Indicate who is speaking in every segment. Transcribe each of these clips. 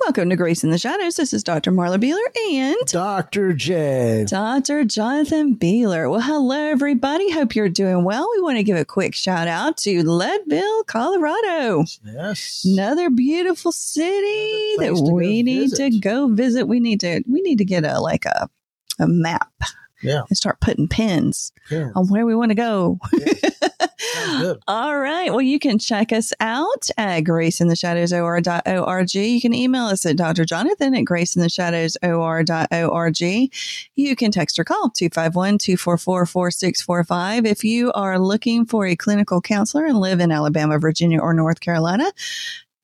Speaker 1: Welcome to Grace in the Shadows. This is Dr. Marla Beeler and
Speaker 2: Dr. J.
Speaker 1: Dr. Jonathan Beeler. Well, hello, everybody. Hope you're doing well. We want to give a quick shout out to Leadville, Colorado.
Speaker 2: Yes.
Speaker 1: Another beautiful city
Speaker 2: Another
Speaker 1: that
Speaker 2: place to go
Speaker 1: we need to
Speaker 2: visit.
Speaker 1: go visit. We need to we need to get a like a a map
Speaker 2: Yeah.
Speaker 1: and start putting pins
Speaker 2: yeah.
Speaker 1: on where we want to go. Oh,
Speaker 2: Sounds good.
Speaker 1: All right. Well, you can check us out at graceintheshadowsor.org. You can email us at Dr. Jonathan at graceintheshadowsor.org. You can text or call 251-244-4645. If you are looking for a clinical counselor and live in Alabama, Virginia, or North Carolina,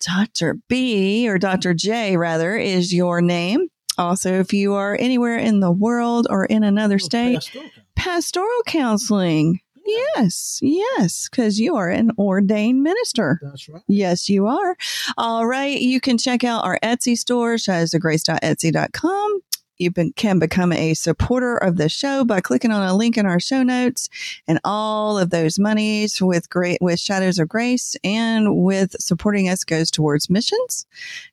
Speaker 1: Dr. B or Dr. J rather is your name. Also, if you are anywhere in the world or in another
Speaker 2: Oh,
Speaker 1: state,
Speaker 2: Pastoral town.
Speaker 1: pastoral counseling. Yes, yes, because you are an ordained minister.
Speaker 2: That's right.
Speaker 1: Yes, you are. All right. You can check out our Etsy store, shadowsofgrace.etsy.com. You been, can become a supporter of the show by clicking on a link in our show notes, and all of those monies with great with Shadows of Grace and with supporting us goes towards missions.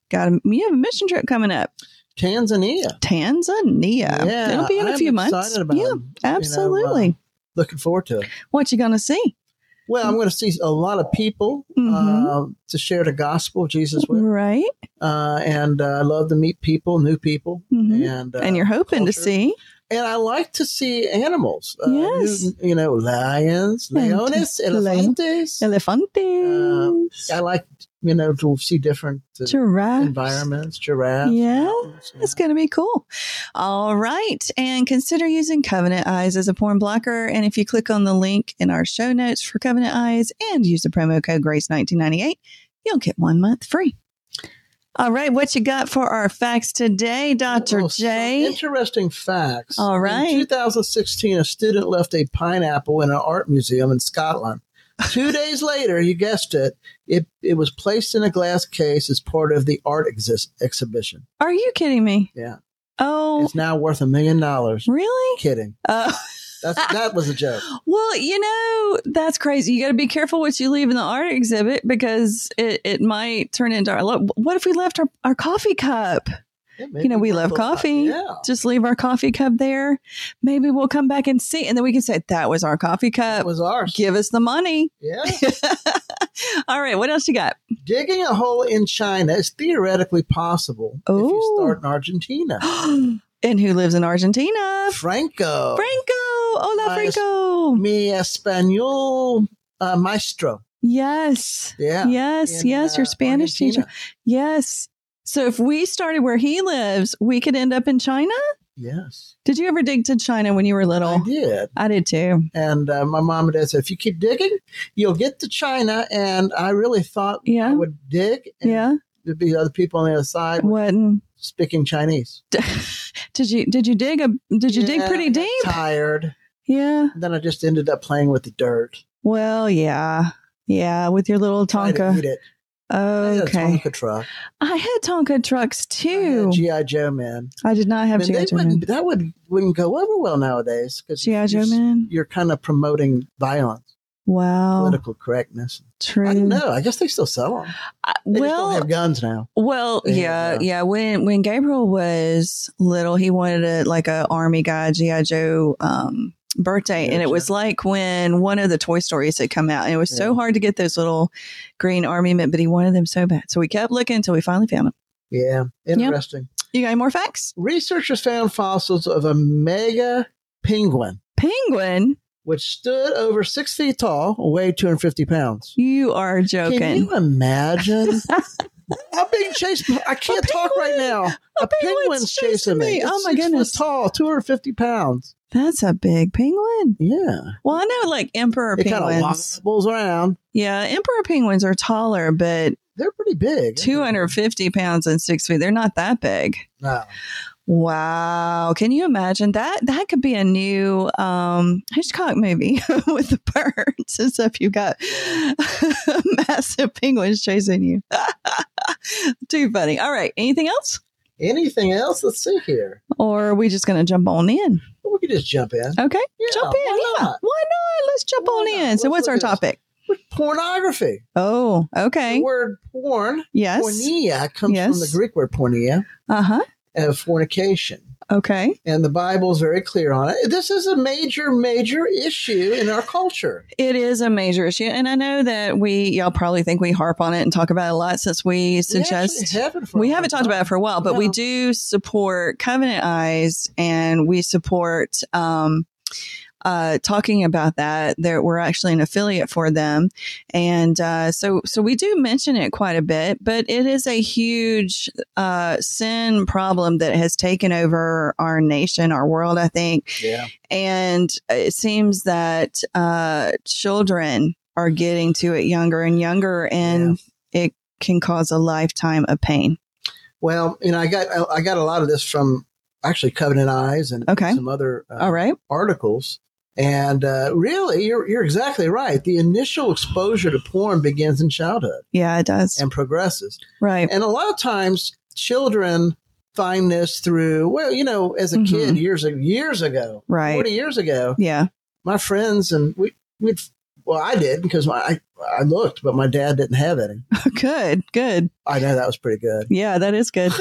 Speaker 1: Got a, we have a mission trip coming up,
Speaker 2: Tanzania.
Speaker 1: Tanzania. It'll be in a
Speaker 2: I'm
Speaker 1: few months.
Speaker 2: excited about it.
Speaker 1: yeah,
Speaker 2: You know, uh,
Speaker 1: absolutely.
Speaker 2: looking forward to it.
Speaker 1: what you gonna see?
Speaker 2: Well, I'm going to see a lot of people uh,
Speaker 1: Mhm.
Speaker 2: to share the gospel of Jesus with.
Speaker 1: Right.
Speaker 2: Uh, and uh, I love to meet people, new people.
Speaker 1: Mhm.
Speaker 2: And, uh,
Speaker 1: and you're hoping to
Speaker 2: culture.
Speaker 1: see
Speaker 2: and I like to see animals. Uh,
Speaker 1: Yes.
Speaker 2: new- you know, lions,
Speaker 1: And
Speaker 2: leones,
Speaker 1: lion-
Speaker 2: elefantes.
Speaker 1: elephantes,
Speaker 2: I like, you know, to see different uh,
Speaker 1: giraffes.
Speaker 2: environments, giraffes.
Speaker 1: Yeah,
Speaker 2: mountains,
Speaker 1: It's going to be cool. All right. And consider using Covenant Eyes as a porn blocker. And if you click on the link in our show notes for Covenant Eyes and use the promo code GRACE1998, you'll get one month free. All right. What you got for our facts today, Dr.
Speaker 2: Oh, some
Speaker 1: J?
Speaker 2: Interesting facts.
Speaker 1: All right.
Speaker 2: In 2016, a student left a pineapple in an art museum in Scotland. Two days later, you guessed it, it, it was placed in a glass case as part of the art exist, exhibition.
Speaker 1: Are you kidding me?
Speaker 2: Yeah.
Speaker 1: Oh,
Speaker 2: It's now worth a million dollars.
Speaker 1: really?
Speaker 2: Kidding.
Speaker 1: Uh,
Speaker 2: That's, that was a joke.
Speaker 1: Well, you know, that's crazy. You got to be careful what you leave in the art exhibit because it, it might turn into our. Look, what if we left our, our coffee cup?
Speaker 2: It made
Speaker 1: You know,
Speaker 2: me
Speaker 1: we
Speaker 2: laugh
Speaker 1: love
Speaker 2: a lot.
Speaker 1: coffee.
Speaker 2: Yeah.
Speaker 1: Just leave our coffee cup there. Maybe we'll come back and see. And then we can say, that was our coffee
Speaker 2: That
Speaker 1: cup.
Speaker 2: was ours.
Speaker 1: Give us the money.
Speaker 2: Yeah.
Speaker 1: All right. What else you got?
Speaker 2: Digging a hole in China is theoretically possible if you
Speaker 1: Ooh.
Speaker 2: start in Argentina.
Speaker 1: and who lives in Argentina?
Speaker 2: Franco.
Speaker 1: Franco. Hola,
Speaker 2: Nice.
Speaker 1: Franco.
Speaker 2: Mi Espanol uh, Maestro.
Speaker 1: Yes.
Speaker 2: Yeah.
Speaker 1: Yes.
Speaker 2: in,
Speaker 1: yes. Your
Speaker 2: uh,
Speaker 1: Spanish teacher.
Speaker 2: Argentina.
Speaker 1: Yes. So if we started where he lives, we could end up in China.
Speaker 2: Yes.
Speaker 1: Did you ever dig to China when you were little?
Speaker 2: I did.
Speaker 1: I did too.
Speaker 2: And uh, my mom and dad said, if you keep digging, you'll get to China. And I really thought I
Speaker 1: Yeah.
Speaker 2: would dig. And
Speaker 1: Yeah.
Speaker 2: There'd be other people on the other side
Speaker 1: What? and
Speaker 2: speaking Chinese.
Speaker 1: Did you did you dig a did you dig
Speaker 2: Yeah, I
Speaker 1: pretty
Speaker 2: got
Speaker 1: deep?
Speaker 2: Tired.
Speaker 1: Yeah.
Speaker 2: And then I just ended up playing with the dirt.
Speaker 1: Well, yeah. Yeah, with your little
Speaker 2: trying to
Speaker 1: Tonka.
Speaker 2: eat it. I had a
Speaker 1: Okay.
Speaker 2: Tonka truck.
Speaker 1: I had Tonka trucks
Speaker 2: I had a
Speaker 1: too.
Speaker 2: G.I. Joe man.
Speaker 1: I did not have
Speaker 2: And they
Speaker 1: G.I. Joe Man.
Speaker 2: wouldn't, that would, wouldn't go over well nowadays because
Speaker 1: G.I. Joe Man.
Speaker 2: you're kind of promoting violence,
Speaker 1: Wow.
Speaker 2: political correctness. I don't
Speaker 1: True.
Speaker 2: know. I guess they still sell them.
Speaker 1: I-
Speaker 2: They just
Speaker 1: Well,
Speaker 2: don't have guns now.
Speaker 1: Well, yeah,
Speaker 2: Yeah.
Speaker 1: yeah, When when Gabriel was little, he wanted a like a army guy GI Joe um, birthday, and it was
Speaker 2: Gotcha.
Speaker 1: like when one of the Toy Stories had come out, and it was so
Speaker 2: Yeah.
Speaker 1: hard to get those little green army men, but he wanted them so bad, so we kept looking until we finally found them.
Speaker 2: Yeah, interesting.
Speaker 1: You got any more facts?
Speaker 2: Researchers found fossils of a mega penguin,
Speaker 1: Penguin,
Speaker 2: which stood over six feet tall, weighed 250 pounds.
Speaker 1: you are joking.
Speaker 2: Can you imagine? I'm being chased. by- I can't talk right now. A, penguin's, chasing me. It's
Speaker 1: Oh my
Speaker 2: six foot
Speaker 1: goodness,
Speaker 2: tall, 250 pounds.
Speaker 1: that's a big penguin.
Speaker 2: Yeah,
Speaker 1: Well, I know like emperor
Speaker 2: it kind of
Speaker 1: penguins.
Speaker 2: wobbles around.
Speaker 1: Yeah, emperor penguins are taller, but
Speaker 2: They're pretty big.
Speaker 1: 250 pounds and six feet. They're not that big.
Speaker 2: No.
Speaker 1: Wow. Can you imagine that? That could be a new um, Hitchcock movie with the birds and stuff. You got massive penguins chasing you. Too funny. All right. Anything else?
Speaker 2: Anything else? Let's see here.
Speaker 1: Or are we just going to jump on in?
Speaker 2: Well, we could just jump in.
Speaker 1: Okay.
Speaker 2: Yeah,
Speaker 1: jump in.
Speaker 2: why
Speaker 1: yeah.
Speaker 2: not?
Speaker 1: Why not? Let's jump
Speaker 2: Why
Speaker 1: on
Speaker 2: not?
Speaker 1: in. So, what's
Speaker 2: Let's
Speaker 1: our
Speaker 2: look at this.
Speaker 1: topic?
Speaker 2: pornography.
Speaker 1: Oh, okay.
Speaker 2: The word porn,
Speaker 1: Yes.
Speaker 2: pornea, comes
Speaker 1: Yes.
Speaker 2: from the Greek word pornea,
Speaker 1: Uh huh.
Speaker 2: uh, fornication.
Speaker 1: Okay.
Speaker 2: And the Bible is very clear on it. This is a major, major issue in our culture.
Speaker 1: It is a major issue. And I know that we, y'all probably think we harp on it and talk about it a lot since we suggest.
Speaker 2: we, actually haven't, for a
Speaker 1: We
Speaker 2: long
Speaker 1: haven't talked
Speaker 2: time.
Speaker 1: about it for a while, but we
Speaker 2: No.
Speaker 1: do support Covenant Eyes and we support um, uh, talking about that. There, we're actually an affiliate for them, and uh, so so we do mention it quite a bit. But it is a huge uh, sin problem that has taken over our nation, our world. I think
Speaker 2: Yeah.
Speaker 1: and it seems that uh, children are getting to it younger and younger, and it can cause a lifetime of pain.
Speaker 2: Well, you know, I got I, I got a lot of this from actually Covenant Eyes and
Speaker 1: Okay.
Speaker 2: some other uh,
Speaker 1: All right.
Speaker 2: articles. And uh, really, you're you're exactly right. The initial exposure to porn begins in childhood
Speaker 1: Yeah, it does.
Speaker 2: and progresses.
Speaker 1: right.
Speaker 2: And a lot of times, children find this through well, you know, as a
Speaker 1: Mhm.
Speaker 2: kid years ag- years ago,
Speaker 1: Right.
Speaker 2: forty years ago,
Speaker 1: yeah.
Speaker 2: my friends and we we well, I did because my, I I looked, but my dad didn't have any.
Speaker 1: good. Good.
Speaker 2: I know that was pretty good.
Speaker 1: Yeah, that is good.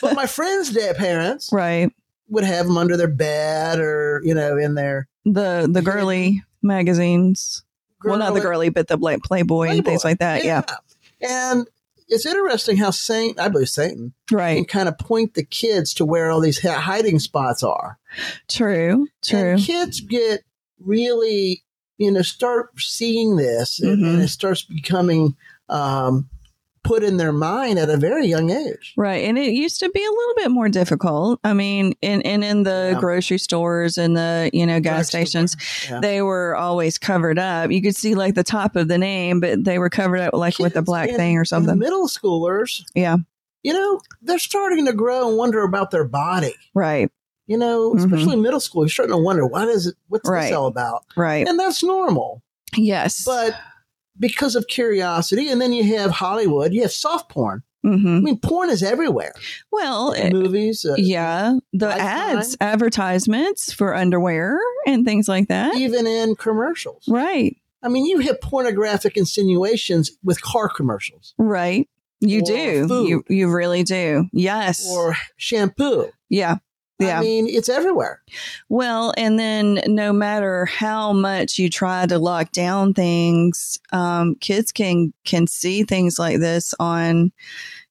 Speaker 2: But my friends' dad parents
Speaker 1: right.
Speaker 2: would have them under their bed or you know in their
Speaker 1: The the girly magazines. well, not the girly,
Speaker 2: girly-
Speaker 1: but the like Playboy, and
Speaker 2: Playboy.
Speaker 1: things like that. Yeah.
Speaker 2: And it's interesting how Saint, I believe Satan, can
Speaker 1: Right.
Speaker 2: kind of point the kids to where all these ha- hiding spots are.
Speaker 1: True. True.
Speaker 2: And kids get really, you know, start seeing this and, and
Speaker 1: Mhm.
Speaker 2: it starts becoming um, put in their mind at a very young age.
Speaker 1: Right. And it used to be a little bit more difficult. I mean, in, and in the
Speaker 2: Yeah.
Speaker 1: grocery stores and the, you know, gas stations,
Speaker 2: Yeah.
Speaker 1: they were always covered up. You could see like the top of the name, but they were covered up like with a
Speaker 2: Kids
Speaker 1: black
Speaker 2: in-
Speaker 1: thing or
Speaker 2: And
Speaker 1: something.
Speaker 2: middle schoolers,
Speaker 1: Yeah.
Speaker 2: you know, they're starting to grow and wonder about their body.
Speaker 1: Right.
Speaker 2: You know,
Speaker 1: Mhm.
Speaker 2: especially middle school, you're starting to wonder what is it? What's
Speaker 1: Right.
Speaker 2: this all about?
Speaker 1: Right.
Speaker 2: And that's normal.
Speaker 1: yes.
Speaker 2: but because of curiosity, and then you have Hollywood, you have soft porn.
Speaker 1: hmm
Speaker 2: I mean, porn is everywhere.
Speaker 1: Well, it-
Speaker 2: Movies, uh,
Speaker 1: yeah. The
Speaker 2: Lifetime.
Speaker 1: ads, advertisements for underwear and things like that.
Speaker 2: even in commercials.
Speaker 1: Right.
Speaker 2: I mean, you have pornographic insinuations with car commercials
Speaker 1: Right. You
Speaker 2: Or
Speaker 1: do. You you really do. Yes.
Speaker 2: or shampoo.
Speaker 1: yeah. Yeah.
Speaker 2: I mean, it's everywhere.
Speaker 1: Well, and then no matter how much you try to lock down things, um, kids can can see things like this on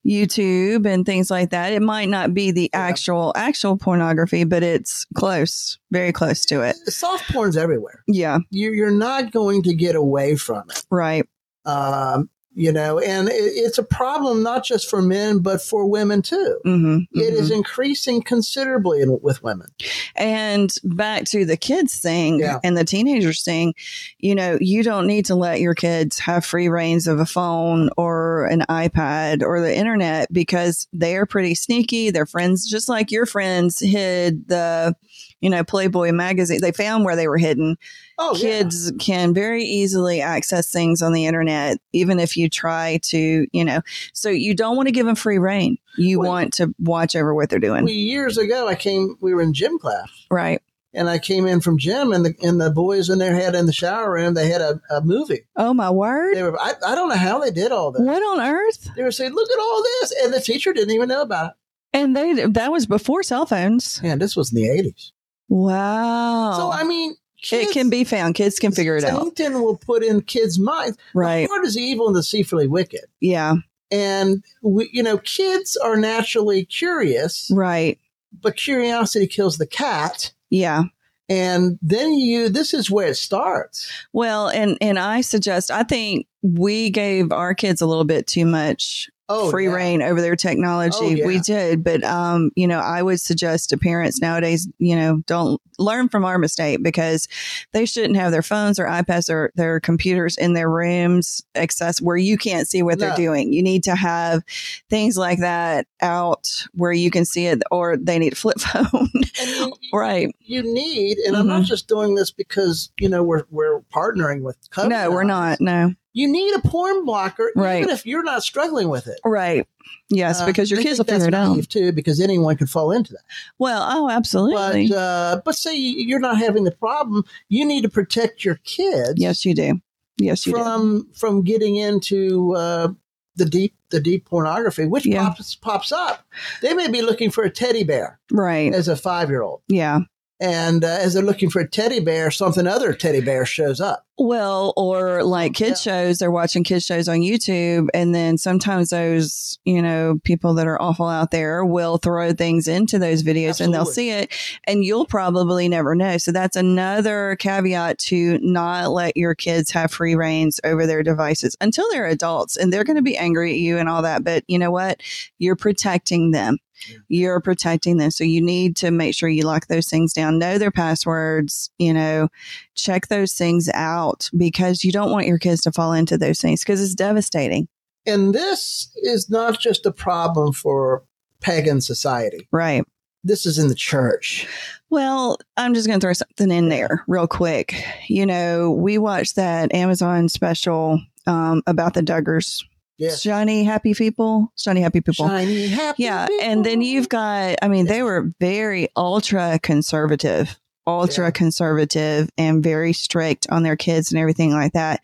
Speaker 1: YouTube and things like that. It might not be the
Speaker 2: Yeah.
Speaker 1: actual actual pornography, but it's close, very close to it.
Speaker 2: Soft porn's everywhere.
Speaker 1: Yeah,
Speaker 2: You're, you're not going to get away from it.
Speaker 1: right.
Speaker 2: Um, you know, and it, it's a problem not just for men, but for women too.
Speaker 1: hmm
Speaker 2: It is increasing considerably in, with women.
Speaker 1: And back to the kids thing
Speaker 2: Yeah.
Speaker 1: and the teenagers thing, you know, you don't need to let your kids have free reigns of a phone or an iPad or the internet because they are pretty sneaky. Their friends, just like your friends, hid the, you know, Playboy magazine. They found where they were hidden.
Speaker 2: Oh, yeah.
Speaker 1: kids can very easily access things on the internet, even if you try to, you know. So you don't want to give them free reign. You
Speaker 2: Well-
Speaker 1: want to watch over what they're doing,
Speaker 2: we years ago I came we were in gym class
Speaker 1: right?
Speaker 2: and I came in from gym and the and the boys in there had in the shower room they had a, a movie.
Speaker 1: Oh my word.
Speaker 2: They were I, I don't know how they did all that.
Speaker 1: What on earth?
Speaker 2: They were saying, Look at all this and the teacher didn't even know about
Speaker 1: And they that was before cell phones.
Speaker 2: it. Man, this was in the eighties.
Speaker 1: Wow.
Speaker 2: So I mean kids,
Speaker 1: it can be found. Kids can figure it out.
Speaker 2: Satan will put in kids' minds.
Speaker 1: Right.
Speaker 2: Part is evil and deceitfully wicked.
Speaker 1: Yeah.
Speaker 2: And we, you know, kids are naturally curious,
Speaker 1: Right.
Speaker 2: but curiosity kills the cat.
Speaker 1: Yeah.
Speaker 2: And then you, this is where it starts.
Speaker 1: Well, and and I suggest I think we gave our kids a little bit too much free
Speaker 2: Oh, yeah.
Speaker 1: reign over their technology.
Speaker 2: Oh, yeah.
Speaker 1: We did, but um, you know, I would suggest to parents nowadays, you know, don't learn from our mistake because they shouldn't have their phones or iPads or their computers in their rooms access where you can't see what they're
Speaker 2: No.
Speaker 1: doing. You need to have things like that out where you can see it, or they need a flip phone,
Speaker 2: And you-
Speaker 1: right?
Speaker 2: you need, and
Speaker 1: Mm-hmm.
Speaker 2: I'm not just doing this because you know we're we're partnering with Covenant.
Speaker 1: No, we're not. No,
Speaker 2: You need a porn blocker,
Speaker 1: Right.
Speaker 2: even if you're not struggling with it.
Speaker 1: right. Yes,
Speaker 2: Uh,
Speaker 1: because your
Speaker 2: I
Speaker 1: kids will
Speaker 2: think that's
Speaker 1: figure it out.
Speaker 2: naive, too, because anyone can fall into that.
Speaker 1: Well, oh, absolutely.
Speaker 2: But uh, but say you're not having the problem, you need to protect your kids
Speaker 1: yes, you do. Yes, you did.
Speaker 2: from from getting into uh, the deep the deep pornography, which
Speaker 1: Yeah.
Speaker 2: pops pops up. They may be looking for a teddy bear
Speaker 1: Right.
Speaker 2: as a five year old,
Speaker 1: Yeah.
Speaker 2: and uh, as they're looking for a teddy bear, something other teddy bear shows up.
Speaker 1: Well, or like kids shows, they're watching kids shows on YouTube, and then sometimes those, you know, people that are awful out there will throw things into those videos and they'll
Speaker 2: Absolutely.
Speaker 1: see it, and you'll probably never know. So that's another caveat to not let your kids have free reigns over their devices until they're adults, and they're going to be angry at you and all that. But you know what? You're protecting them.
Speaker 2: Yeah.
Speaker 1: You're protecting them. So you need to make sure you lock those things down, know their passwords, you know, check those things out because you don't want your kids to fall into those things because it's devastating.
Speaker 2: And this is not just a problem for pagan society.
Speaker 1: Right.
Speaker 2: This is in the church.
Speaker 1: Well, I'm just going to throw something in there real quick. You know, we watched that Amazon special um, about the Duggars.
Speaker 2: Yes.
Speaker 1: Shiny, happy people. Shiny, happy people.
Speaker 2: Shiny, happy.
Speaker 1: Yeah. And then
Speaker 2: people.
Speaker 1: you've got, I mean, they were very ultra conservative, ultra
Speaker 2: Yeah.
Speaker 1: conservative and very strict on their kids and everything like that.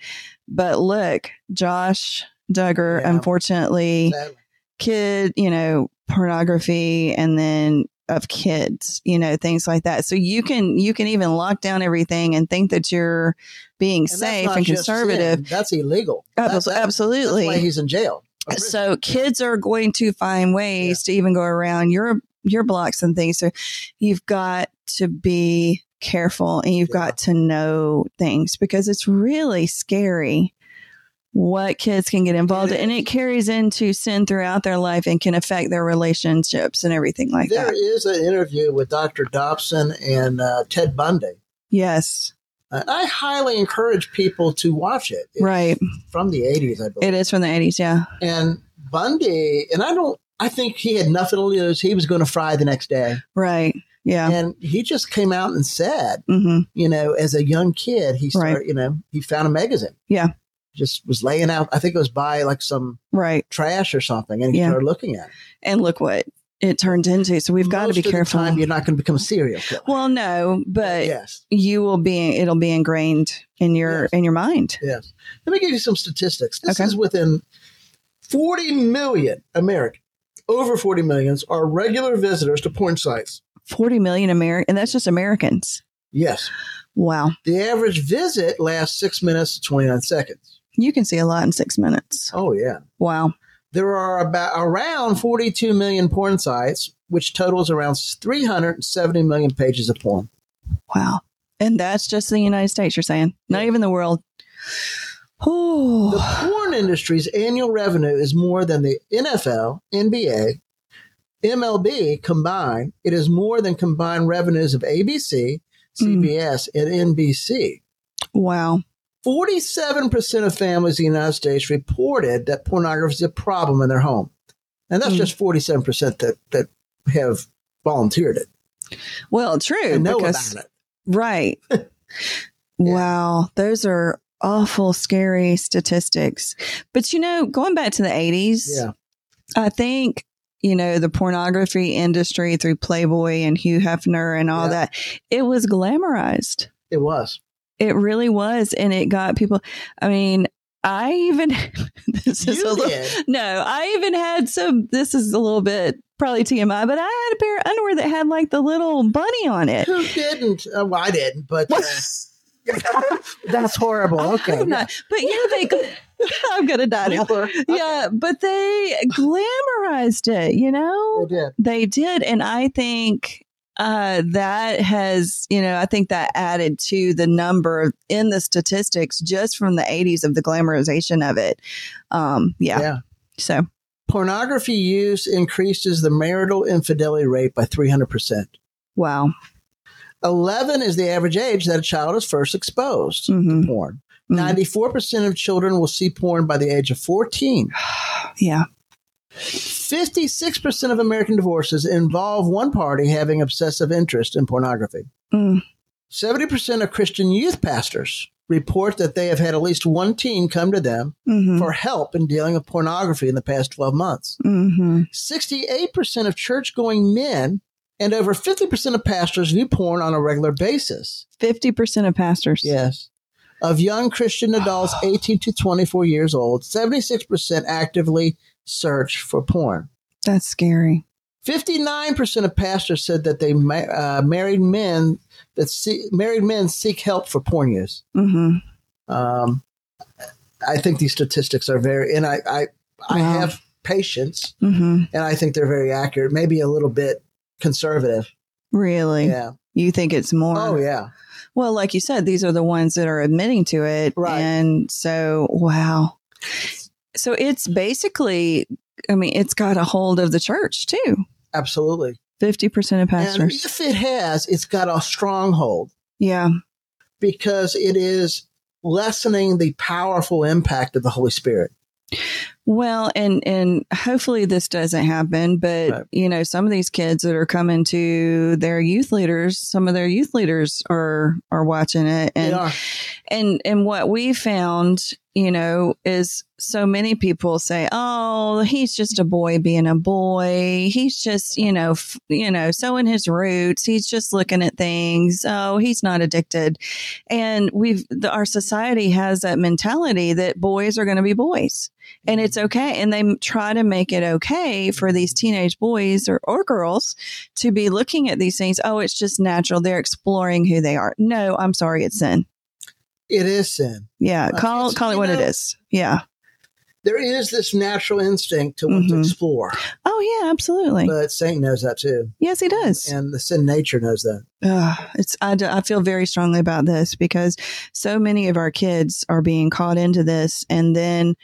Speaker 1: But look, Josh Duggar,
Speaker 2: Yeah.
Speaker 1: unfortunately,
Speaker 2: Sadly.
Speaker 1: kid, you know, pornography and then of kids, you know, things like that. So you can you can even lock down everything and think that you're being
Speaker 2: that's
Speaker 1: safe
Speaker 2: not
Speaker 1: and
Speaker 2: just
Speaker 1: conservative.
Speaker 2: sin. That's illegal.
Speaker 1: Abso-
Speaker 2: That- that-
Speaker 1: absolutely.
Speaker 2: That's why he's in jail. or prison.
Speaker 1: So kids are going to find ways to even go around your your blocks and things. So you've got to be careful and you've
Speaker 2: Yeah.
Speaker 1: got to know things because it's really scary what kids can get involved
Speaker 2: It
Speaker 1: in. And it carries into sin throughout their life and can affect their relationships and everything like
Speaker 2: There
Speaker 1: that.
Speaker 2: is an interview with Dr. Dobson and uh, Ted Bundy.
Speaker 1: Yes.
Speaker 2: And I highly encourage people to watch it. It's
Speaker 1: Right.
Speaker 2: From the 80s, I believe.
Speaker 1: It is from the eighties, yeah.
Speaker 2: And Bundy, and I don't, I think he had nothing to lose. He was going to fry the next day.
Speaker 1: Right. Yeah.
Speaker 2: And he just came out and said,
Speaker 1: hmm
Speaker 2: you know, as a young kid, he started,
Speaker 1: Right.
Speaker 2: you know, he found a magazine.
Speaker 1: Yeah.
Speaker 2: Just was laying out, I think it was by like some
Speaker 1: Right.
Speaker 2: trash or something, and he
Speaker 1: Yeah.
Speaker 2: started looking at it.
Speaker 1: And look what it turned into. So we've got to
Speaker 2: Most
Speaker 1: be
Speaker 2: of the
Speaker 1: careful.
Speaker 2: time, you're not going to become a serial killer.
Speaker 1: well, no, but
Speaker 2: yes,
Speaker 1: you will be it'll be ingrained in your
Speaker 2: Yes.
Speaker 1: in your mind
Speaker 2: yes. Let me give you some statistics. This
Speaker 1: Okay.
Speaker 2: is within 40 million American, over 40 millions are regular visitors to porn sites.
Speaker 1: 40 million american and that's just americans
Speaker 2: Yes,
Speaker 1: wow
Speaker 2: the average visit lasts six minutes to 29 seconds.
Speaker 1: you can see a lot in six minutes
Speaker 2: Oh yeah.
Speaker 1: wow
Speaker 2: There are about around 42 million porn sites, which totals around 370 million pages of porn.
Speaker 1: wow and that's just the united states you're saying not even the world
Speaker 2: The
Speaker 1: oh
Speaker 2: porn industry's annual revenue is more than the NFL, NBA, MLB combined. It is more than combined revenues of ABC,
Speaker 1: Hmm.
Speaker 2: CBS, and NBC.
Speaker 1: wow
Speaker 2: 47% of families in the United States reported that pornography is a problem in their home. And that's
Speaker 1: Mm.
Speaker 2: just 47% that, that have volunteered it
Speaker 1: well true
Speaker 2: and know
Speaker 1: because
Speaker 2: about it.
Speaker 1: right wow those are awful scary statistics but you know going back to the 80s
Speaker 2: Yeah.
Speaker 1: I think you know the pornography industry through Playboy and Hugh Hefner and all
Speaker 2: Yeah.
Speaker 1: that. It was glamorized.
Speaker 2: It was.
Speaker 1: It really was, and it got people. I mean, I even this is a
Speaker 2: You
Speaker 1: little,
Speaker 2: did.
Speaker 1: no. I even had some. This is a little bit probably TMI, but I had a pair of underwear that had like the little bunny on it.
Speaker 2: Who didn't? Uh, well, I didn't, but uh, that's horrible. Okay.
Speaker 1: I'm Oh, not, but yeah, they. gl- I'm gonna die. now. Yeah, but they glamorized it. You know,
Speaker 2: They did.
Speaker 1: They did. And I think uh, that has, you know, I think that added to the number in the statistics just from the 80s of the glamorization of it. Um, yeah.
Speaker 2: Yeah.
Speaker 1: So,
Speaker 2: Pornography use increases the marital infidelity rate by 300%.
Speaker 1: wow.
Speaker 2: 11 is the average age that a child is first exposed
Speaker 1: Mhm.
Speaker 2: to Mm-hmm. porn.
Speaker 1: Mhm.
Speaker 2: 94% of children will see porn by the age of 14.
Speaker 1: Yeah.
Speaker 2: 56% of American divorces involve one party having obsessive interest in pornography.
Speaker 1: Mm.
Speaker 2: 70% of Christian youth pastors report that they have had at least one teen come to them
Speaker 1: hmm
Speaker 2: for help in dealing with pornography in the past 12 months.
Speaker 1: hmm
Speaker 2: 68% of church going men and over 50% of pastors view porn on a regular basis.
Speaker 1: 50% of pastors.
Speaker 2: Yes. of young Christian adults 18 to 24 years old, 76% actively search for porn.
Speaker 1: That's scary.
Speaker 2: 59% of pastors said that they ma- uh, married men that see- married men seek help for porn use.
Speaker 1: Mm-hmm.
Speaker 2: Um, I think these statistics are very, and I, I, I
Speaker 1: Wow.
Speaker 2: have patience,
Speaker 1: Mm-hmm.
Speaker 2: and I think they're very accurate. Maybe a little bit conservative.
Speaker 1: Really?
Speaker 2: Yeah.
Speaker 1: You think it's more?
Speaker 2: Oh yeah.
Speaker 1: Well, like you said, these are the ones that are admitting to it.
Speaker 2: Right.
Speaker 1: And so, wow. So it's basically, I mean, it's got a hold of the church too.
Speaker 2: Absolutely.
Speaker 1: 50% of
Speaker 2: And
Speaker 1: pastors.
Speaker 2: if it has, it's got a stronghold
Speaker 1: yeah.
Speaker 2: because it is lessening the powerful impact of the Holy Spirit.
Speaker 1: Well, and and hopefully this doesn't happen, but
Speaker 2: Right.
Speaker 1: you know, some of these kids that are coming to their youth leaders, some of their youth leaders are are watching it
Speaker 2: They
Speaker 1: and
Speaker 2: are.
Speaker 1: and and what we found you know is so many people say oh he's just a boy being a boy he's just you know f- you know sowing his roots he's just looking at things oh he's not addicted and we've the, our society has that mentality that boys are going to be boys and it's okay and they m- try to make it okay for these teenage boys or, or girls to be looking at these things oh it's just natural they're exploring who they are no i'm sorry it's sin
Speaker 2: It is sin.
Speaker 1: yeah,
Speaker 2: Uh,
Speaker 1: call
Speaker 2: it's-
Speaker 1: call it
Speaker 2: you
Speaker 1: what it
Speaker 2: know-
Speaker 1: is. Yeah.
Speaker 2: There is this natural instinct to want to
Speaker 1: Mhm.
Speaker 2: explore,
Speaker 1: Oh yeah, absolutely.
Speaker 2: but Satan knows that too,
Speaker 1: yes, he does.
Speaker 2: and the sin nature knows that.
Speaker 1: Ugh, it's I, do- I feel very strongly about this because so many of our kids are being caught into this, and then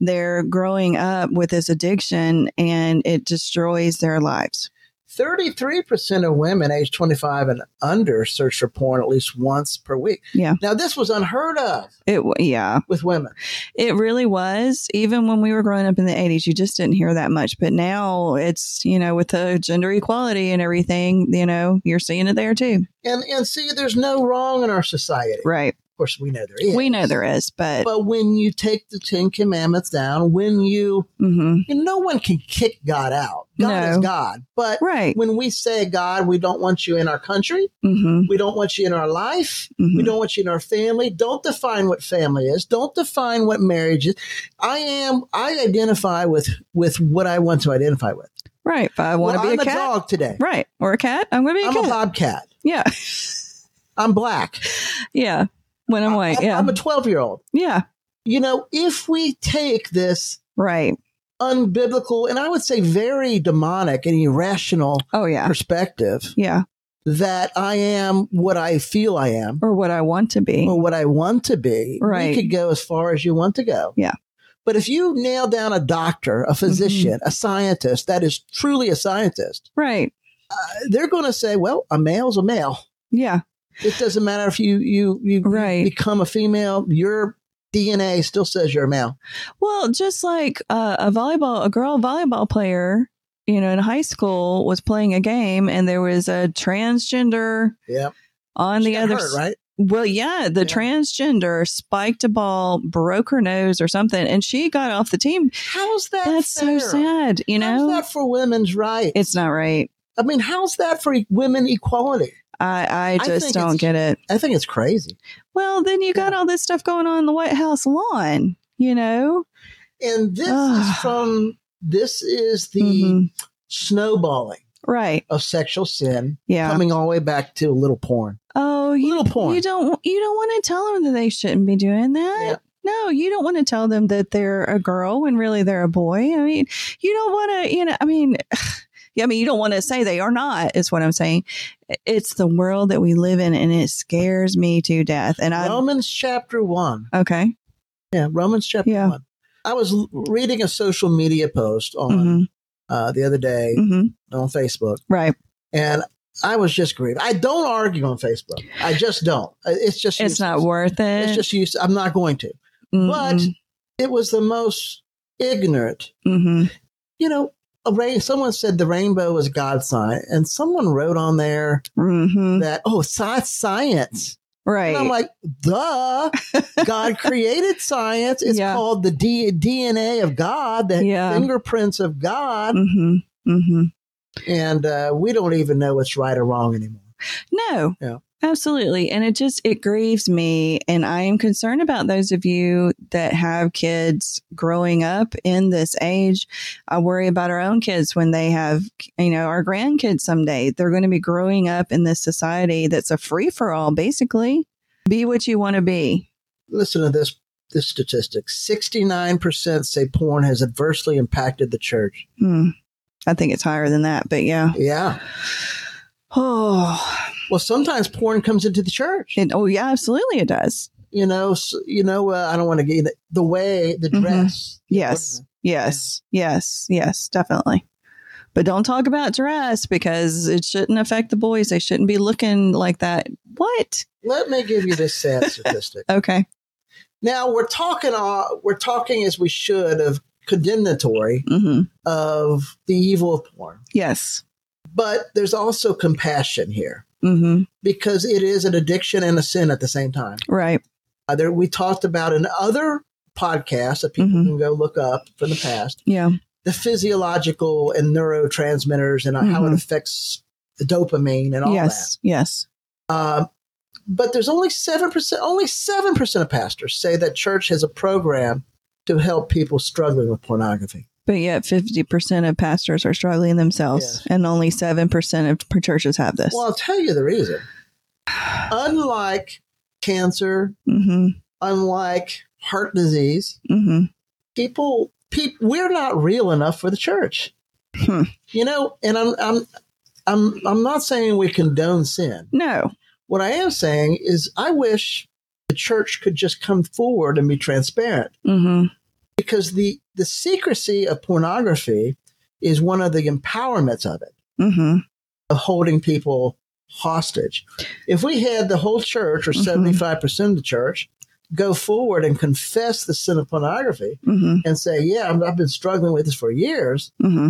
Speaker 1: they're growing up with this addiction, and it destroys their lives.
Speaker 2: Thirty-three percent of women aged twenty-five and under search for porn at least once per week.
Speaker 1: Yeah.
Speaker 2: Now this was unheard of
Speaker 1: It w- yeah,
Speaker 2: with women.
Speaker 1: it really was. Even when we were growing up in the eighties, you just didn't hear that much, but now it's you know with the gender equality and everything, you know you're seeing it there too,
Speaker 2: And and see, there's no wrong in our society.
Speaker 1: right?
Speaker 2: Of course, we know there is.
Speaker 1: We know there is, but,
Speaker 2: But when you take the Ten Commandments down, when you,
Speaker 1: hmm
Speaker 2: you know, no one can kick God out. God is
Speaker 1: No.
Speaker 2: God. But
Speaker 1: right.
Speaker 2: when we say, God, we don't want you in our country,
Speaker 1: Mm-hmm.
Speaker 2: we don't want you in our life,
Speaker 1: Mhm.
Speaker 2: we don't want you in our family, don't define what family is, don't define what marriage is. I am, I identify with with what I want to identify with.
Speaker 1: Right. If I want to
Speaker 2: Well,
Speaker 1: be
Speaker 2: I'm
Speaker 1: a cat.
Speaker 2: dog today.
Speaker 1: Right. Or a cat. I'm going to be a
Speaker 2: I'm a
Speaker 1: cat.
Speaker 2: bobcat.
Speaker 1: yeah.
Speaker 2: I'm black.
Speaker 1: Yeah. When I'm white.
Speaker 2: I-
Speaker 1: yeah.
Speaker 2: I'm a 12 year old.
Speaker 1: yeah.
Speaker 2: You know, if we take this
Speaker 1: Right.
Speaker 2: unbiblical and I would say very demonic and irrational
Speaker 1: Oh, yeah.
Speaker 2: perspective
Speaker 1: Yeah.
Speaker 2: that I am what I feel I am
Speaker 1: Or what I want to be.
Speaker 2: or what I want to be.
Speaker 1: Right.
Speaker 2: You could go as far as you want to go.
Speaker 1: Yeah. Mm-hmm.
Speaker 2: But if you nail down a doctor, a physician, a scientist that is truly a scientist,
Speaker 1: Right.
Speaker 2: they're going to say, well, a male's a male.
Speaker 1: Yeah.
Speaker 2: It doesn't matter if you you you
Speaker 1: Right.
Speaker 2: become a female, your DNA still says you're a male.
Speaker 1: Well, just like uh, a volleyball, a girl volleyball player, you know, in high school was playing a game and there was a transgender
Speaker 2: Yeah.
Speaker 1: on
Speaker 2: She
Speaker 1: the
Speaker 2: got
Speaker 1: other
Speaker 2: hurt,
Speaker 1: s-
Speaker 2: right?
Speaker 1: Well, yeah, the
Speaker 2: Yeah.
Speaker 1: transgender spiked a ball, broke her nose or something, and she got off the team.
Speaker 2: How's that?
Speaker 1: That's so
Speaker 2: fair?
Speaker 1: sad, you know?
Speaker 2: How's that for women's rights?
Speaker 1: it's not right.
Speaker 2: I mean, how's that for e-, women equality?
Speaker 1: I, I
Speaker 2: I
Speaker 1: just
Speaker 2: think
Speaker 1: don't
Speaker 2: it's-
Speaker 1: get it.
Speaker 2: I think it's crazy.
Speaker 1: Well, then you got
Speaker 2: Yeah.
Speaker 1: all this stuff going on in the White House lawn, you know?
Speaker 2: And this
Speaker 1: Ugh.
Speaker 2: is from this is the
Speaker 1: Mhm.
Speaker 2: snowballing
Speaker 1: Right.
Speaker 2: of sexual sin
Speaker 1: Yeah.
Speaker 2: coming all the way back to little porn.
Speaker 1: oh, you,
Speaker 2: little porn.
Speaker 1: you don't you don't want to tell them that they shouldn't be doing that.
Speaker 2: Yeah.
Speaker 1: No, you don't want to tell them that they're a girl when really they're a boy. I mean, you don't want to, you know, I mean, yeah, I mean, you don't want to say they are not, is what I'm saying. It's the world that we live in and it scares me to death. And I,
Speaker 2: Romans chapter one.
Speaker 1: okay.
Speaker 2: Yeah, Romans chapter
Speaker 1: Yeah.
Speaker 2: one. I was l- reading a social media post on
Speaker 1: Mhm.
Speaker 2: uh, the other day
Speaker 1: Mhm.
Speaker 2: on Facebook,
Speaker 1: Right.
Speaker 2: and I was just grieved. I don't argue on Facebook. I just don't. It's just
Speaker 1: It's not
Speaker 2: useless.
Speaker 1: worth it.
Speaker 2: It's just used. I'm not going to. But
Speaker 1: Mhm.
Speaker 2: it was the most ignorant
Speaker 1: Mhm.
Speaker 2: you know, a rain, someone said the rainbow was God's sign, and someone wrote on there
Speaker 1: Mhm.
Speaker 2: that, oh, sci- science.
Speaker 1: Right.
Speaker 2: And I'm like, duh, God created science. It's
Speaker 1: Yeah.
Speaker 2: called the D- DNA of God, the
Speaker 1: Yeah. Mm.
Speaker 2: fingerprints of
Speaker 1: "Uh,
Speaker 2: God.
Speaker 1: Mm-hmm. Mm-hmm.
Speaker 2: And uh, we don't even know what's right or wrong anymore.
Speaker 1: No.
Speaker 2: Yeah.
Speaker 1: Absolutely. And it just, it grieves me. And I am concerned about those of you that have kids growing up in this age. I worry about our own kids when they have, you know, our grandkids someday. They're going to be growing up in this society that's a free for all, basically. Be what you want to be.
Speaker 2: Listen to this this statistic. 69% say porn has adversely impacted the church.
Speaker 1: Hmm. I think it's higher than that, but yeah.
Speaker 2: Yeah.
Speaker 1: Oh,
Speaker 2: Well, sometimes porn comes into the church.
Speaker 1: it, oh yeah, absolutely it does.
Speaker 2: You know, so, you know, uh, I don't want to get into the way, the
Speaker 1: Mhm.
Speaker 2: dress.
Speaker 1: Yes. Yes. Yes. Yes. Definitely. But don't talk about dress because it shouldn't affect the boys. They shouldn't be looking like that. What?
Speaker 2: Let me give you this sad statistic.
Speaker 1: Okay.
Speaker 2: Now we're talking, uh, we're talking as we should of condemnatory
Speaker 1: hmm
Speaker 2: of the evil of porn,
Speaker 1: Yes.
Speaker 2: but there's also compassion here
Speaker 1: hmm
Speaker 2: because it is an addiction and a sin at the same time.
Speaker 1: Right.
Speaker 2: Uh, there, we talked about in other podcasts that people
Speaker 1: Mhm.
Speaker 2: can go look up from the past
Speaker 1: Yeah.
Speaker 2: the physiological and neurotransmitters and how it
Speaker 1: Mhm.
Speaker 2: affects the dopamine and all
Speaker 1: Yes. Yes.
Speaker 2: that. Um, but there's only seven percent. Only seven percent of pastors say that church has a program to help people struggling with pornography.
Speaker 1: But yet, fifty percent of pastors are struggling themselves,
Speaker 2: Yes.
Speaker 1: and only seven percent of per- churches have this.
Speaker 2: Well, I'll tell you the reason. Unlike cancer,
Speaker 1: hmm
Speaker 2: unlike heart disease,
Speaker 1: hmm
Speaker 2: people, peop we're not real enough for the church.
Speaker 1: Hmm.
Speaker 2: You know, and I'm, I'm, I'm, I'm not saying we condone sin.
Speaker 1: No.
Speaker 2: What I am saying is, I wish the church could just come forward and be transparent
Speaker 1: hmm
Speaker 2: because the, the secrecy of pornography is one of the empowerments of it,
Speaker 1: hmm
Speaker 2: of holding people hostage. If we had the whole church or
Speaker 1: Mhm.
Speaker 2: 75% of the church go forward and confess the sin of pornography
Speaker 1: hmm
Speaker 2: and say, Yeah, I'm- I've been struggling with this for years,
Speaker 1: hmm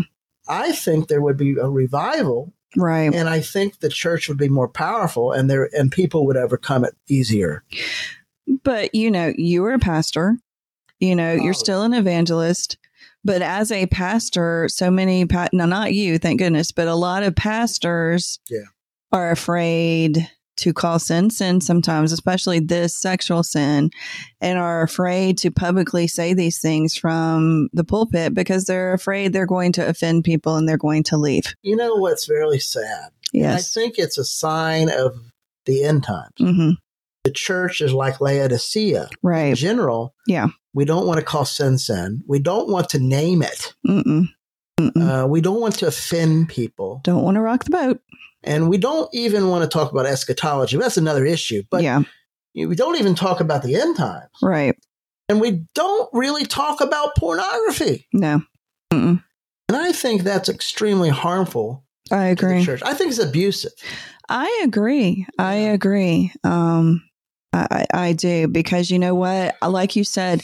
Speaker 2: I think there would be a revival.
Speaker 1: Right.
Speaker 2: And I think the church would be more powerful and, there, and people would overcome it easier.
Speaker 1: but you know you were a pastor you know
Speaker 2: Oh.
Speaker 1: you're still an evangelist but as a pastor so many pa- no not you thank goodness but a lot of pastors
Speaker 2: Yeah.
Speaker 1: are afraid to call sin sin sometimes especially this sexual sin and are afraid to publicly say these things from the pulpit because they're afraid they're going to offend people and they're going to leave
Speaker 2: You know what's really sad? I
Speaker 1: yes
Speaker 2: think it's a sign of the end times.
Speaker 1: hmm
Speaker 2: The church is like Laodicea. In
Speaker 1: right
Speaker 2: general,
Speaker 1: Yeah.
Speaker 2: we don't want to call sin sin. We don't want to name it.
Speaker 1: Mm-mm. Mm-mm.
Speaker 2: Uh, we don't want to offend people.
Speaker 1: don't want to rock the boat
Speaker 2: And we don't even want to talk about eschatology. That's another issue. But
Speaker 1: yeah
Speaker 2: we don't even talk about the end times.
Speaker 1: right
Speaker 2: And we don't really talk about pornography.
Speaker 1: no Mm-mm.
Speaker 2: And I think that's extremely harmful
Speaker 1: i
Speaker 2: to the
Speaker 1: agree
Speaker 2: church. I think it's abusive.
Speaker 1: I agree. I agree. Um, I, I I do because you know what? Like you said,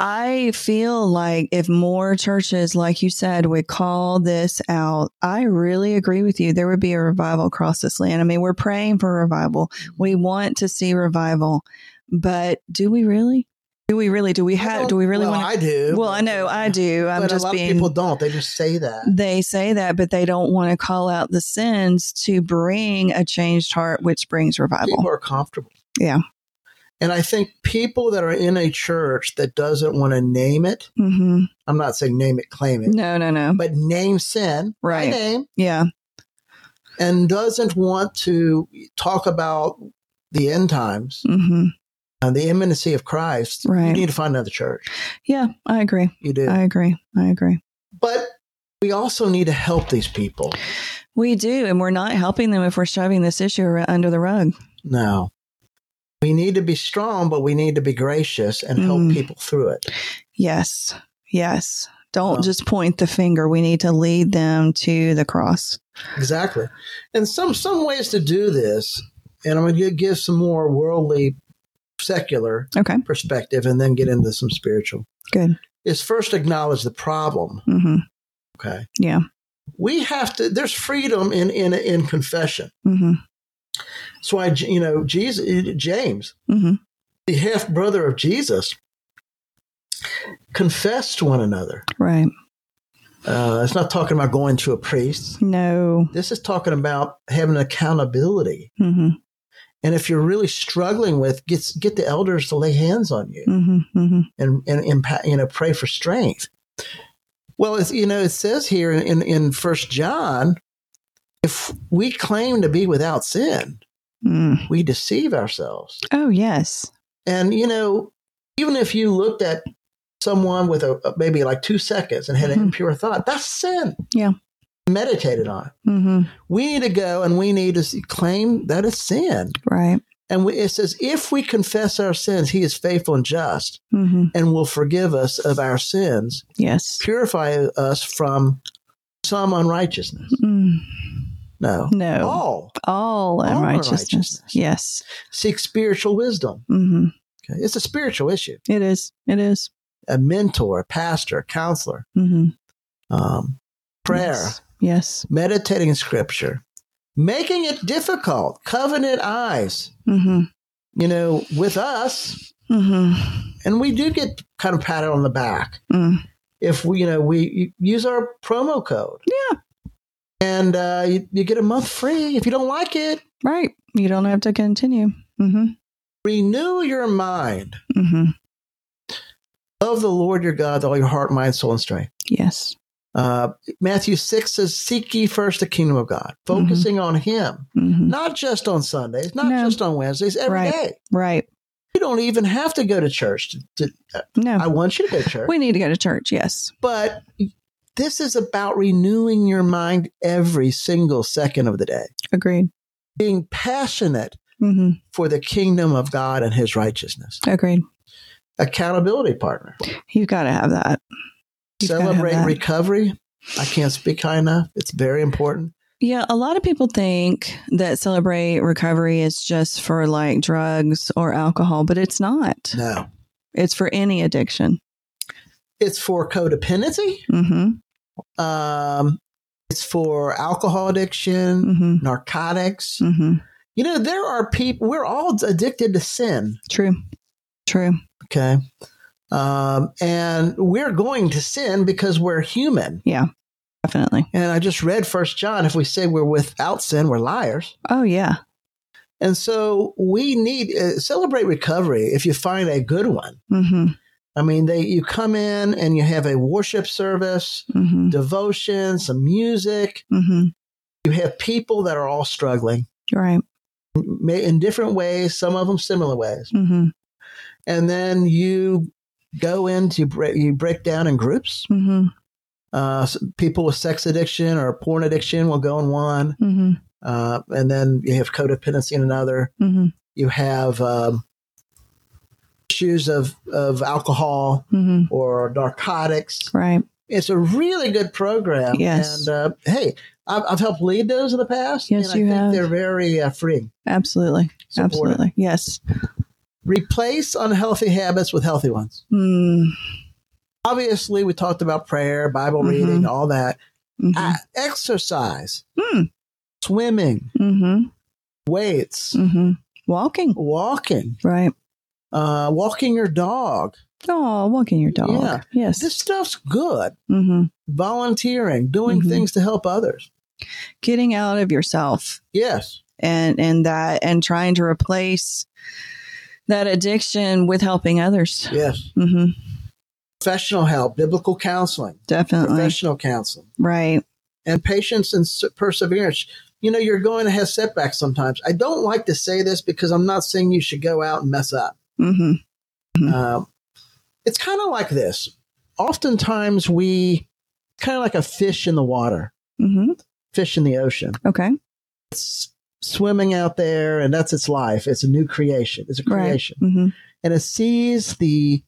Speaker 1: I feel like if more churches, like you said, would call this out, I really agree with you. There would be a revival across this land. I mean, we're praying for revival.
Speaker 2: Mm-hmm.
Speaker 1: We want to see revival, but do we really? Do we really? Do we
Speaker 2: I
Speaker 1: have?
Speaker 2: don't-
Speaker 1: Do we really
Speaker 2: well,
Speaker 1: want?
Speaker 2: I do.
Speaker 1: to? Well, I know I do. I'm
Speaker 2: but
Speaker 1: just
Speaker 2: a lot
Speaker 1: being.
Speaker 2: of people don't. They just say that.
Speaker 1: They say that, but they don't want to call out the sins to bring a changed heart, which brings
Speaker 2: people
Speaker 1: revival.
Speaker 2: are comfortable.
Speaker 1: Yeah.
Speaker 2: And I think people that are in a church that doesn't want to name it,
Speaker 1: hmm
Speaker 2: I'm not saying name it, claim it,
Speaker 1: No, no, no.
Speaker 2: but name sin by
Speaker 1: Right.
Speaker 2: name
Speaker 1: Yeah.
Speaker 2: and doesn't want to talk about the end times
Speaker 1: hmm
Speaker 2: and the imminency of Christ, you
Speaker 1: Right.
Speaker 2: need to find another church.
Speaker 1: Yeah. I agree.
Speaker 2: You do.
Speaker 1: I agree. I agree.
Speaker 2: but we also need to help these people.
Speaker 1: We do. And we're not helping them if we're shoving this issue ar- under the rug.
Speaker 2: No. We need to be strong, but we need to be gracious and help
Speaker 1: Mm.
Speaker 2: people through it.
Speaker 1: Yes. Yes.
Speaker 2: Well-
Speaker 1: Don't just point the finger. We need to lead them to the cross.
Speaker 2: Exactly. And some some ways to do this, and I'm going to give some more worldly, secular
Speaker 1: Okay.
Speaker 2: perspective, and then get into some spiritual.
Speaker 1: Good.
Speaker 2: Is first acknowledge the problem.
Speaker 1: hmm
Speaker 2: Okay.
Speaker 1: Yeah.
Speaker 2: We have to. There's freedom in in in confession.
Speaker 1: hmm
Speaker 2: That's why you know Jesus, James,
Speaker 1: hmm
Speaker 2: the half brother of Jesus, confessed to one another.
Speaker 1: Right.
Speaker 2: Uh, it's not talking about going to a priest.
Speaker 1: No.
Speaker 2: This is talking about having accountability.
Speaker 1: hmm
Speaker 2: And if you're really struggling with, get get the elders to lay hands on you
Speaker 1: Mm-hmm, mm-hmm.
Speaker 2: and and impact, you know pray for strength. Well, it's, you know it says here in in First John, if we claim to be without sin,
Speaker 1: Mm.
Speaker 2: we deceive ourselves.
Speaker 1: Oh, yes.
Speaker 2: And you know, even if you looked at someone with a a- maybe like two seconds and had an
Speaker 1: Mhm.
Speaker 2: impure thought, that's sin.
Speaker 1: Yeah.
Speaker 2: meditated on. it.
Speaker 1: Mm-hmm.
Speaker 2: We need to go and we need to s- claim that it's sin.
Speaker 1: Right.
Speaker 2: And we, it says, if we confess our sins, He is faithful and just,
Speaker 1: Mm-hmm.
Speaker 2: and will forgive us of our sins,
Speaker 1: Yes.
Speaker 2: purify us from some unrighteousness.
Speaker 1: Mm.
Speaker 2: No,
Speaker 1: No. All,
Speaker 2: all
Speaker 1: unrighteousness.
Speaker 2: unrighteousness.
Speaker 1: Yes.
Speaker 2: seek spiritual wisdom.
Speaker 1: Mm-hmm.
Speaker 2: Okay? It's a spiritual issue.
Speaker 1: It is. It is.
Speaker 2: A mentor, a pastor, a counselor,
Speaker 1: Mm-hmm.
Speaker 2: um, prayer,
Speaker 1: Yes. yes.
Speaker 2: meditating scripture, making it difficult, covenant eyes.
Speaker 1: Mm-hmm.
Speaker 2: You know, with us,
Speaker 1: Mm-hmm.
Speaker 2: and we do get kind of patted on the back.
Speaker 1: Mm.
Speaker 2: if we, you know, we use our promo code.
Speaker 1: Yeah.
Speaker 2: And uh, you, you get a month free. If you don't like it,
Speaker 1: Right. You don't have to continue. Mm-hmm.
Speaker 2: renew your mind
Speaker 1: Mm-hmm.
Speaker 2: of the Lord your God, with all your heart, mind, soul, and strength.
Speaker 1: Yes.
Speaker 2: Uh, Matthew 6 says, Seek ye first the kingdom of God, focusing on Him,
Speaker 1: Mm-hmm.
Speaker 2: not just on Sundays, not
Speaker 1: No.
Speaker 2: just on Wednesdays, every day.
Speaker 1: Right. Right.
Speaker 2: You don't even have to go to church. To, to,
Speaker 1: No.
Speaker 2: I want you to go to church,
Speaker 1: we need to go to church. Yes.
Speaker 2: but this is about renewing your mind every single second of the day,
Speaker 1: Agreed.
Speaker 2: being passionate
Speaker 1: Mm-hmm.
Speaker 2: for the kingdom of God and his righteousness.
Speaker 1: Agreed.
Speaker 2: Accountability partner.
Speaker 1: You've got to have that. You've gotta have
Speaker 2: Celebrate
Speaker 1: that.
Speaker 2: recovery. I can't speak high enough. It's very important.
Speaker 1: Yeah, a lot of people think that celebrate recovery is just for like drugs or alcohol, but it's not.
Speaker 2: No.
Speaker 1: It's for any addiction.
Speaker 2: It's for codependency.
Speaker 1: Mm-hmm.
Speaker 2: Um, it's for alcohol addiction,
Speaker 1: Mm-hmm.
Speaker 2: narcotics.
Speaker 1: Mm-hmm.
Speaker 2: You know, there are people, we're all addicted to sin.
Speaker 1: True. True.
Speaker 2: Okay. Um, and we're going to sin because we're human.
Speaker 1: Definitely.
Speaker 2: And I just read First John. If we say we're without sin, we're liars.
Speaker 1: Oh yeah.
Speaker 2: And so we need uh, celebrate recovery if you find a good one.
Speaker 1: Mm-hmm.
Speaker 2: I mean, they you come in and you have a worship service,
Speaker 1: Mm-hmm.
Speaker 2: devotion, some music.
Speaker 1: Mm-hmm.
Speaker 2: You have people that are all struggling
Speaker 1: You're right.
Speaker 2: ma- in different ways, some of them similar ways.
Speaker 1: Mm-hmm.
Speaker 2: And then you go into break, you break down in groups.
Speaker 1: Mm-hmm.
Speaker 2: Uh, s- people with sex addiction or porn addiction will go in one,
Speaker 1: Mm-hmm.
Speaker 2: uh, and then you have codependency in another.
Speaker 1: Mm-hmm.
Speaker 2: You have um, issues of of alcohol.
Speaker 1: Mm-hmm.
Speaker 2: or narcotics.
Speaker 1: Right.
Speaker 2: It's a really good program.
Speaker 1: Yes.
Speaker 2: And uh, hey, I've, I've helped lead those in the past.
Speaker 1: Yes,
Speaker 2: and I
Speaker 1: you
Speaker 2: think
Speaker 1: have.
Speaker 2: They're very uh, freeing.
Speaker 1: Absolutely.
Speaker 2: supportive.
Speaker 1: Absolutely. Yes.
Speaker 2: Replace unhealthy habits with healthy ones.
Speaker 1: Mm.
Speaker 2: Obviously, we talked about prayer, Bible
Speaker 1: Mhm.
Speaker 2: reading, all that.
Speaker 1: Mm-hmm.
Speaker 2: Uh, exercise,
Speaker 1: Mm.
Speaker 2: swimming,
Speaker 1: Mm-hmm.
Speaker 2: weights,
Speaker 1: Mm-hmm. Walking.
Speaker 2: walking,
Speaker 1: Right.
Speaker 2: uh, walking your dog.
Speaker 1: Oh, walking your dog.
Speaker 2: Yeah.
Speaker 1: Yes.
Speaker 2: This stuff's good.
Speaker 1: mm-hmm.
Speaker 2: Volunteering, doing
Speaker 1: Mhm.
Speaker 2: things to help others.
Speaker 1: Getting out of yourself
Speaker 2: Yes.
Speaker 1: and and that and trying to replace that addiction with helping others.
Speaker 2: Yes.
Speaker 1: Mm-hmm.
Speaker 2: Professional help, biblical counseling,
Speaker 1: Definitely.
Speaker 2: professional counseling.
Speaker 1: Right.
Speaker 2: and patience and s- perseverance. You know, you're going to have setbacks sometimes. I don't like to say this because I'm not saying you should go out and mess up.
Speaker 1: Mm-hmm. Mhm.
Speaker 2: Um, it's kind of like this. Oftentimes, we kind of like a fish in the water,
Speaker 1: Mm-hmm.
Speaker 2: fish in the ocean,
Speaker 1: Okay.
Speaker 2: it's swimming out there, and that's its life. It's a new creation. It's a
Speaker 1: Right.
Speaker 2: creation,
Speaker 1: Mm-hmm.
Speaker 2: and it sees the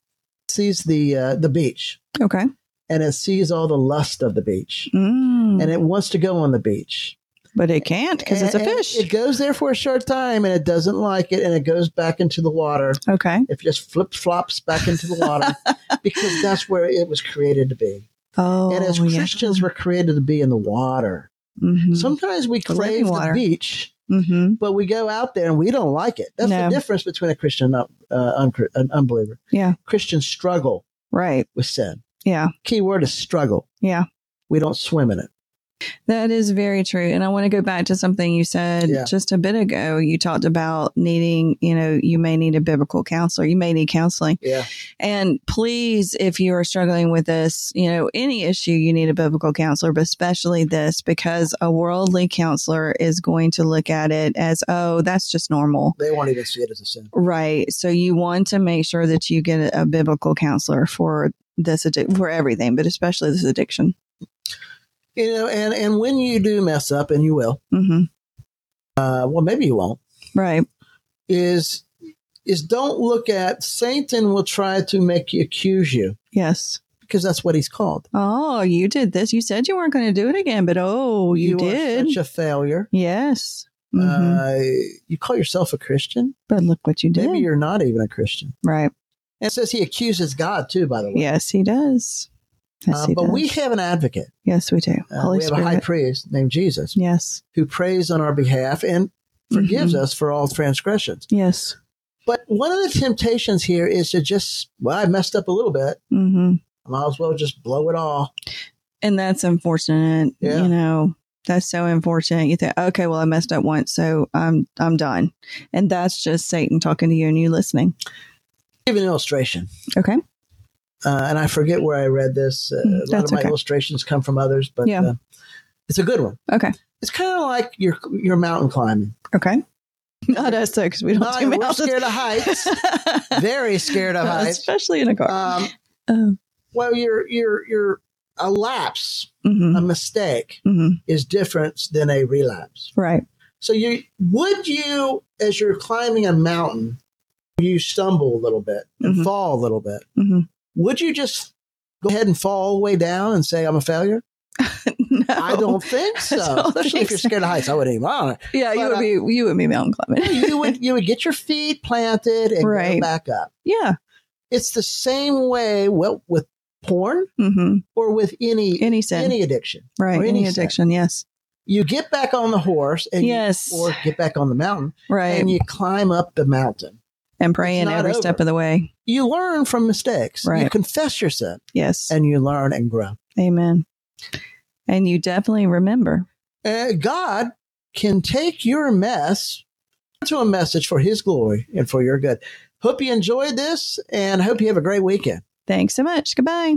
Speaker 2: sees the uh, the beach,
Speaker 1: Okay.
Speaker 2: and it sees all the lust of the beach,
Speaker 1: Mm.
Speaker 2: and it wants to go on the beach.
Speaker 1: but it can't because it's a
Speaker 2: And- and
Speaker 1: fish.
Speaker 2: It goes there for a short time and it doesn't like it and it goes back into the water.
Speaker 1: okay.
Speaker 2: It just flip flops back into the water because that's where it was created to be.
Speaker 1: Oh,
Speaker 2: and as
Speaker 1: yeah.
Speaker 2: Christians, we're created to be in the water.
Speaker 1: Mhm.
Speaker 2: Sometimes we
Speaker 1: The living
Speaker 2: crave the
Speaker 1: water.
Speaker 2: beach,
Speaker 1: Mm-hmm.
Speaker 2: but we go out there and we don't like it. That's
Speaker 1: No.
Speaker 2: the difference between a Christian and uh, un- an unbeliever.
Speaker 1: Yeah.
Speaker 2: Christians struggle
Speaker 1: Right.
Speaker 2: with sin.
Speaker 1: Yeah.
Speaker 2: Key word is struggle.
Speaker 1: Yeah.
Speaker 2: We don't swim in it.
Speaker 1: That is very true. And I want to go back to something you said
Speaker 2: Yeah.
Speaker 1: just a bit ago. You talked about needing, you know, you may need a biblical counselor, you may need counseling.
Speaker 2: Yeah.
Speaker 1: And please, if you are struggling with this, you know, any issue, you need a biblical counselor, but especially this, because a worldly counselor is going to look at it as, oh, that's just normal.
Speaker 2: They won't even see it as a sin.
Speaker 1: Right. So you want to make sure that you get a biblical counselor for this addic- for everything, but especially this addiction.
Speaker 2: You know, and, and when you do mess up, and you will,
Speaker 1: hmm
Speaker 2: uh, well, maybe you won't,
Speaker 1: Right.
Speaker 2: is is don't look at Satan will try to make you accuse you
Speaker 1: Yes.
Speaker 2: because that's what he's called.
Speaker 1: Oh, you did this. You said you weren't going to do it again, but oh, you,
Speaker 2: are
Speaker 1: did.
Speaker 2: such a failure.
Speaker 1: yes. Mhm.
Speaker 2: Uh, you call yourself a Christian?
Speaker 1: but look what you did.
Speaker 2: Maybe you're not even a Christian.
Speaker 1: right.
Speaker 2: And it says he accuses God too, by the way.
Speaker 1: Yes, he does. Yes,
Speaker 2: Uh,
Speaker 1: he
Speaker 2: but
Speaker 1: does.
Speaker 2: we have an advocate.
Speaker 1: yes, we do.
Speaker 2: Uh,
Speaker 1: Holy
Speaker 2: we have
Speaker 1: Spirit.
Speaker 2: a high priest named Jesus
Speaker 1: yes.
Speaker 2: who prays on our behalf and forgives
Speaker 1: Mhm.
Speaker 2: us for all transgressions.
Speaker 1: Yes.
Speaker 2: But one of the temptations here is to just, well, I messed up a little bit.
Speaker 1: hmm
Speaker 2: I might as well just blow it all.
Speaker 1: And that's unfortunate.
Speaker 2: Yeah.
Speaker 1: You know, that's so unfortunate. You think, okay, well, I messed up once, so I'm I'm done. And that's just Satan talking to you and you listening.
Speaker 2: Give you an illustration.
Speaker 1: Okay.
Speaker 2: Uh, and I forget where I read this. Uh,
Speaker 1: Mm,
Speaker 2: a lot
Speaker 1: that's
Speaker 2: of my
Speaker 1: okay.
Speaker 2: illustrations come from others, but
Speaker 1: Yeah.
Speaker 2: uh, it's a good one.
Speaker 1: Okay.
Speaker 2: It's kind of like your your mountain climbing.
Speaker 1: Okay. Not us though, because we don't
Speaker 2: Not-
Speaker 1: do
Speaker 2: we're
Speaker 1: mountains.
Speaker 2: scared of heights. Very scared of heights.
Speaker 1: Especially in a car.
Speaker 2: Um,
Speaker 1: Oh.
Speaker 2: well, your your your a lapse,
Speaker 1: hmm
Speaker 2: a mistake,
Speaker 1: hmm
Speaker 2: is different than a relapse.
Speaker 1: Right.
Speaker 2: So you would you, as you're climbing a mountain, you stumble a little bit and
Speaker 1: Mhm.
Speaker 2: fall a little bit.
Speaker 1: hmm
Speaker 2: Would you just go ahead and fall all the way down and say I'm a failure?
Speaker 1: no.
Speaker 2: I don't think so.
Speaker 1: don't
Speaker 2: Especially
Speaker 1: think
Speaker 2: if you're
Speaker 1: so.
Speaker 2: scared of heights, I wouldn't even. I don't know.
Speaker 1: Yeah, you
Speaker 2: But,
Speaker 1: would
Speaker 2: uh,
Speaker 1: be you would be mountain climbing.
Speaker 2: You would you would get your feet planted and
Speaker 1: Right.
Speaker 2: go back up.
Speaker 1: yeah.
Speaker 2: It's the same way well with porn
Speaker 1: hmm
Speaker 2: or with any
Speaker 1: Any sin.
Speaker 2: any addiction.
Speaker 1: right.
Speaker 2: or
Speaker 1: Any,
Speaker 2: any sin.
Speaker 1: addiction. Yes.
Speaker 2: you get back on the horse and you-
Speaker 1: Yes.
Speaker 2: or get back on the mountain
Speaker 1: Right.
Speaker 2: and you climb up the mountain.
Speaker 1: and praying
Speaker 2: not
Speaker 1: every step
Speaker 2: over.
Speaker 1: of the way.
Speaker 2: You learn from mistakes. You
Speaker 1: Right.
Speaker 2: confess your sin
Speaker 1: Yes.
Speaker 2: and you learn and grow.
Speaker 1: Amen. And you definitely remember.
Speaker 2: Uh, God can take your mess to a message for his glory and for your good. Hope you enjoyed this and hope you have a great weekend.
Speaker 1: Thanks so much. Goodbye.